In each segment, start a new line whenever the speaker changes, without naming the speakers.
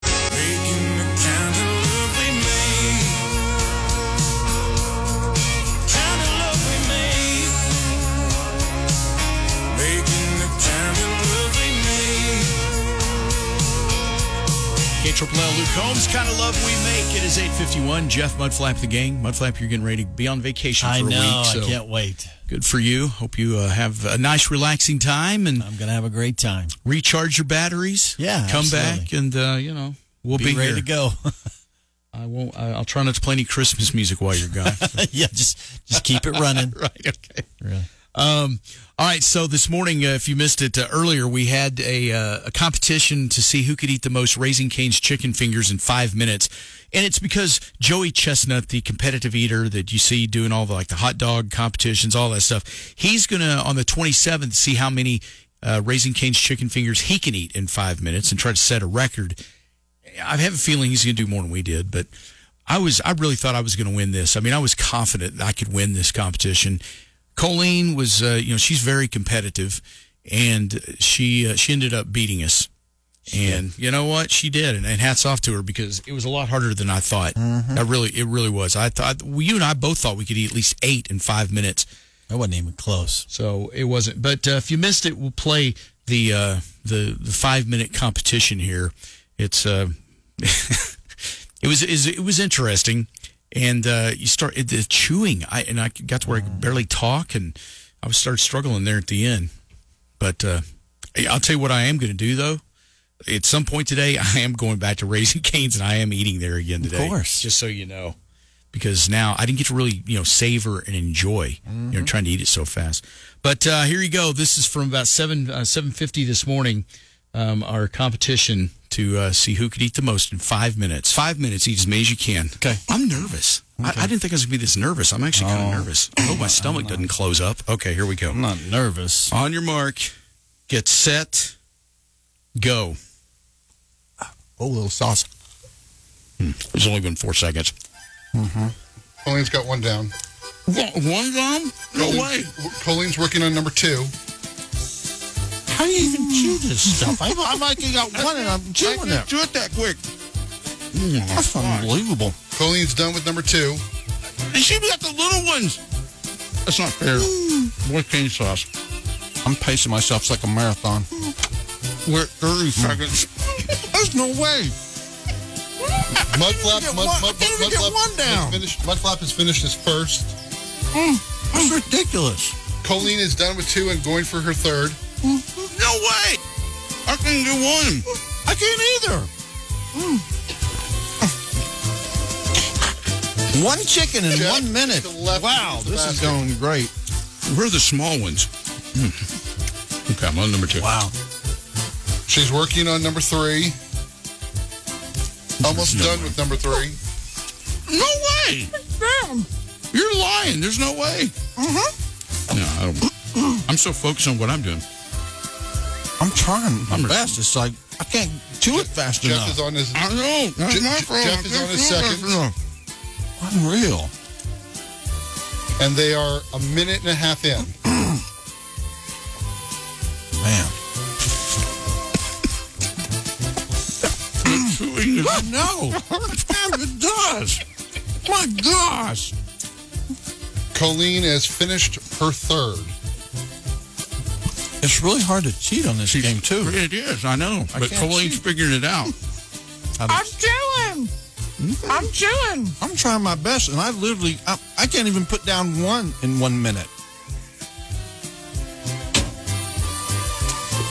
Baking the kind of love we make, kind of love we make. Making the kind of love we make.
K Triple L, Luke Combs, kind of love we make. It is 851. Jeff Mudflap, the gang. Mudflap, you're getting ready to be on vacation for
I
a
know.
week. So
I can't wait.
good for you. Hope you uh, have a nice, relaxing time and
I'm gonna have a great time.
recharge your batteries.
Yeah,
Come
absolutely.
back and, uh, you know, we'll be,
Be, ready
here.
to go.
I won't, I- I'll try not to play any Christmas music while you're gone.
yeah, just just keep it running.
right. Okay.
Really.
Um, all right. So this morning, uh, if you missed it uh, earlier, we had a, uh, a competition to see who could eat the most Raising Cane's chicken fingers in five minutes. And it's because Joey Chestnut, the competitive eater that you see doing all the like the hot dog competitions, all that stuff, he's gonna on the 27th see how many uh, Raising Cane's chicken fingers he can eat in five minutes and try to set a record. I have a feeling he's going to do more than we did, but I was I really thought I was going to win this. I mean, I was confident that I could win this competition. Colleen was, uh, you know, she's very competitive, and she uh, she ended up beating us. And you know what she did, and, and hats off to her because it was a lot harder than I thought. I really, it really was. I thought well, you and I both thought we could eat at least eight in five minutes.
I wasn't even close.
So it wasn't. But uh, if you missed it, we'll play the uh, the the five minute competition here. It's uh, it was is it was interesting, and uh, you start it, the chewing. I and I got to where I could barely talk, and I was started struggling there at the end. But uh, I'll tell you what I am going to do though. At some point today, I am going back to Raising Canes, and I am eating there again today.
course.
just so you know because now I didn't get to really you know savor and enjoy
Mm-hmm.
you know trying to eat it so fast. But uh, here you go. This is from about seven uh, seven fifty this morning. Um, our competition to uh, see who could eat the most in five minutes. Five minutes, eat as many as you can.
Okay. Oh.
I'm nervous. I, I didn't think I was gonna be this nervous. I'm actually kind of nervous. I hope my stomach doesn't close up. Okay, here we go.
I'm not nervous.
On your mark, get set, go.
Oh, little sauce.
Hmm, It's only been four seconds.
Colleen's got one down.
One one down. Go away.
Colleen's working on number two.
How do you even chew this stuff?
I, I like you got one, and I'm chewing it.
do it that quick.
That's unbelievable.
Colleen's done with number two.
And she got the little ones. That's not fair. More cane sauce.
I'm pacing myself it's like a marathon.
Hmm. We're at 30 seconds.
There's no way.
Mudflap,
get
mud,
one-
mud,
I can't even get
Mudflap
one down.
Has finished, Mudflap has finished his first.
That's ridiculous.
Colleen is done with two and going for her third.
No way. I can do one.
I can't either.
Hmm.
One chicken in
Jeff,
one minute.
to the left
Wow,
of the
this is
basket.
going great.
We're the small ones. Hmm. Okay, I'm on number two.
Wow.
She's working on number three. Almost
No
done
way.
with number three.
No way. You're lying. There's no way. Uh-huh. No, I don't. I'm so focused on what I'm doing.
I'm trying my
I'm-
best. It's like I can't do it fast
Jeff
enough.
is on his.
I know. That's
Je-
my
Je-
fault.
Jeff is on his
That's my
second.
fault.
Unreal.
And they are a minute and a half in.
Man. I know. Yeah, it does. My gosh.
Colleen has finished her third.
It's really hard to cheat on this game, too.
It is. I know.
I
but
can't
Colleen's
cheat.
figuring it out.
I'm chewing. I'm chewing. I'm trying my best, and I literally, I, I can't even put down one in one minute.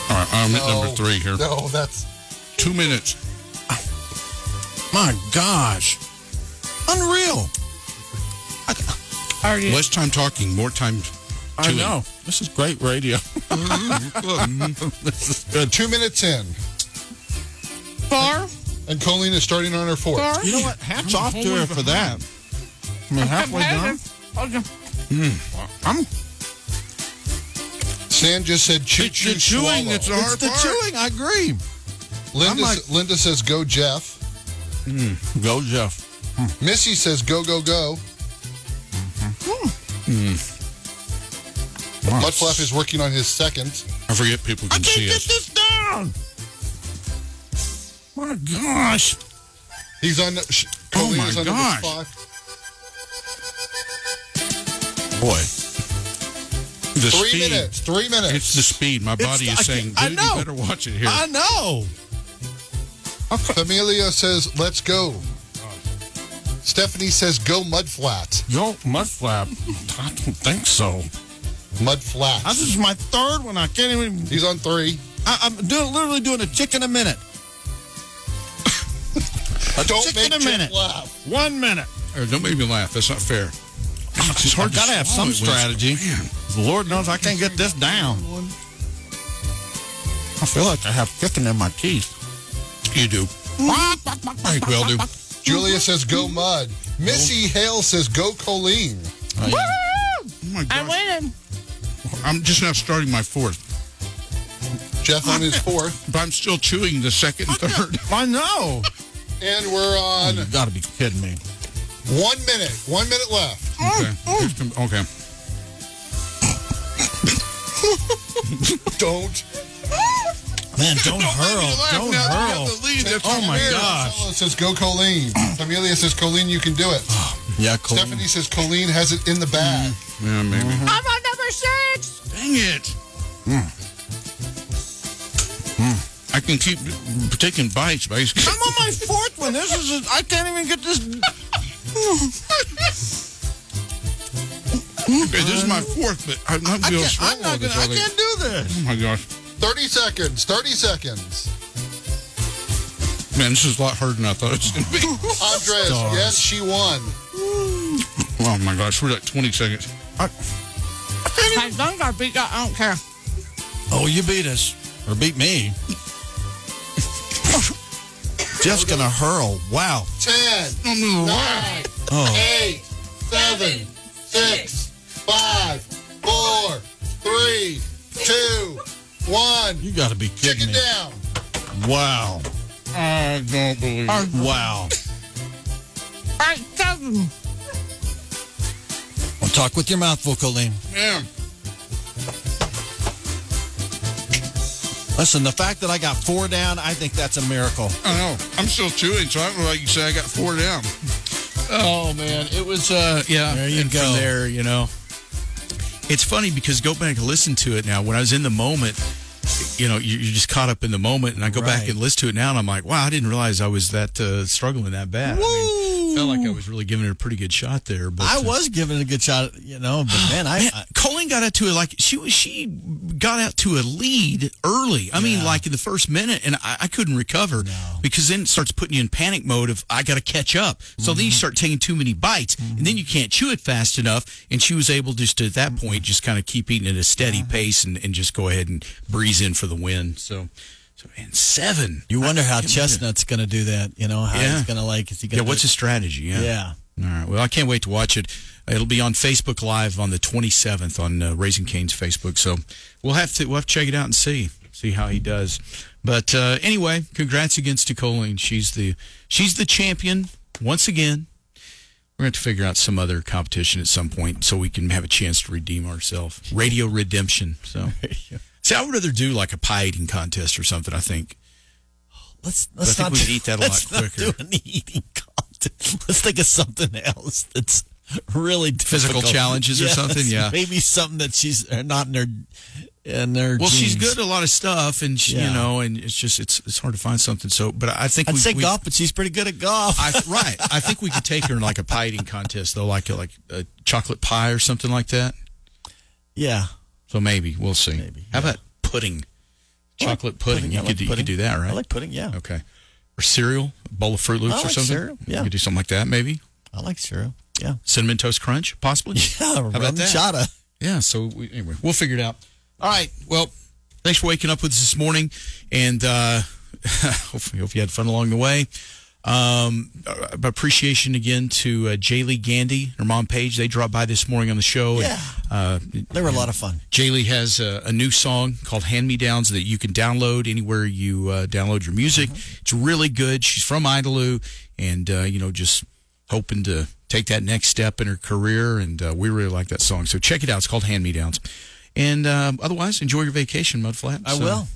All right, I'm at
No.
number three here.
No, that's
Two minutes.
My gosh. Unreal.
Less time talking, more time.
I
chewing.
know. This is great radio.
two minutes in.
Far?
And Colleen is starting on her fourth.
You know what? Hats off to her for that. I mean, halfway done.
Okay.
I'm
Sam just said choo
It's the
choo
chewing
swallow.
that's a
it's
hard
the
part.
chewing. I agree.
Linda,
I'm
s- Linda says go Jeff.
Go, Jeff.
Missy says go go go.
Hmm.
Mud Fluff is working on his second.
I forget people
I
can
can't
see
get
us.
this down. My gosh.
He's on. Sh- Colleen
my
is on
gosh.
number five.
Boy. The
Three
speed.
minutes. Three minutes.
It's the speed. My body
the- I
is saying,
can't- I
dude, you
know.
better watch it here.
I know.
Familia says let's go. Stephanie says go Mud Flat.
Yo, mud flap.
I don't think so.
Mud Flat.
This is my third one. I can't even.
He's on three.
I, I'm doing, literally doing a chicken a minute. a
Don't
chick
make
in a
Chip
minute.
laugh.
One minute.
Or don't make me laugh. That's not fair.
It's just
hard to
gotta have some
swallow it
strategy. The Lord knows I can't get this down. I feel like I have chicken in my teeth.
You do. I think we all do.
Julia says go Mud. Missy Hale says go Colleen.
Oh my gosh. I'm winning. I'm just now starting my fourth,
Jeff on his fourth.
but I'm still chewing the second and third.
I know.
And we're on
You gotta be kidding me.
one minute. One minute left.
Okay. Here's com- okay.
Don't.
Man, don't, hurl. Don't hurl. Oh my
Tamara
gosh.
Solo says go Colleen. Amelia says Colleen, you can do it.
Oh. Yeah, Cole.
Stephanie says Colleen has it in the bag.
Mm.
Yeah, maybe.
Mm-hmm.
I'm on number six.
Dang it.
Mm.
Mm. I can keep taking bites, but I just
I'm on my fourth one. This is. I can't even get this.
Okay, this is my fourth, but I'm not
I
going to
can't, I'm
swallow
not
this.
gonna. I
all day.
can't do this.
Oh my gosh,
Thirty seconds. Thirty seconds.
man, this is a lot harder than I thought it was going to be.
Andres,
Stars.
yes, she won.
oh my gosh, we're like 20 seconds.
My lungs are big. I don't care.
Oh, you beat us or beat me. Jeff's gonna hurl. Wow.
Ten, nine,
Oh.
eight, seven, six, five, four, three, two, one.
You gotta be kidding
Chicken
me.
down.
Wow.
Uh,
I don't believe it.
Wow.
I tell them.
Well, talk with your mouth full, Colleen.
Man,
Listen, the fact that I got four down, I think that's a miracle.
I know. I'm still chewing, so I don't know like you say I got four down. Oh man, it was uh yeah.
There you
and from
go.
there, you know.
It's funny because go back and listen to it now. When I was in the moment, you know, you- you're just caught up in the moment, and I go back
Right.
and listen to it now, and I'm like, wow, I didn't realize I was that uh, struggling that bad. I mean, felt like I was really giving it a pretty good shot there, but
I
uh,
was giving it a good shot, you know, but man, I,
Man,
I
Colleen got out to a like she was she got out to a lead early. I mean, like in the first minute, and I, I couldn't recover because then it starts putting you in panic mode of I got to catch up. So then you start taking too many bites, and then you can't chew it fast enough. And she was able just to, at that point just kind of keep eating at a steady pace and, and just go ahead and breeze in for the win. So, so and seven.
you wonder how Chestnut's gonna do that, you know, how
Yeah.
he's gonna like is he
Yeah,
gonna
what's
do-
his strategy? Yeah.
Yeah.
All right. Well, I can't wait to watch it. It'll be on Facebook Live on the 27th on uh, Raising Cane's Facebook. So we'll have to we'll have to check it out and see see how he does. But uh, anyway, congrats against to Colleen. She's the she's the champion once again. We're going to have to figure out some other competition at some point so we can have a chance to redeem ourselves. Radio redemption. So, see, I would rather do like a pie eating contest or something. I think.
let's
I
let's
think
not
we'd
do-
eat that a lot
let's not
quicker.
do an eating contest. Let's think of something else that's really
Physical
difficult.
challenges or
Yes,
something, yeah.
maybe something that she's uh, not in her in her.
Well, she's
genes.
good at a lot of stuff, and she,
Yeah.
you know, and it's just it's it's hard to find something. So, but I think
I'd
we,
say
we-
golf, but she's pretty good at golf.
I, right, I think we could take her in like a pie eating contest, though, like a, like a chocolate pie or something like that.
yeah,
So maybe we'll see. Maybe, How about pudding? Chocolate pudding.
I
You,
like
could, do- you
pudding.
could do that, right?
I like pudding. Yeah,
okay. Or cereal, a bowl of Fruit Loops
I
or
like
something.
cereal, yeah.
You could do something like that, maybe.
I like cereal. Yeah,
Cinnamon Toast Crunch, possibly.
yeah. How
about that?
Chata.
Yeah, so we, anyway, we'll figure it out. All right. Well, thanks for waking up with us this morning. And uh, hope, hope you had fun along the way. Um, uh, appreciation again to uh, Jaylee Gandy, her mom Paige. They dropped by this morning on the show. Yeah. uh,
They were a lot of fun.
Jaylee has a, a new song called Hand Me Downs that you can download anywhere you uh, download your music.
Uh-huh.
It's really good. She's from Idaloo and, uh, you know, just hoping to take that next step in her career. And uh, we really like that uh, song. So check it out. It's called Hand Me Downs. And um, otherwise, enjoy your vacation, Mudflat.
I
So-
will.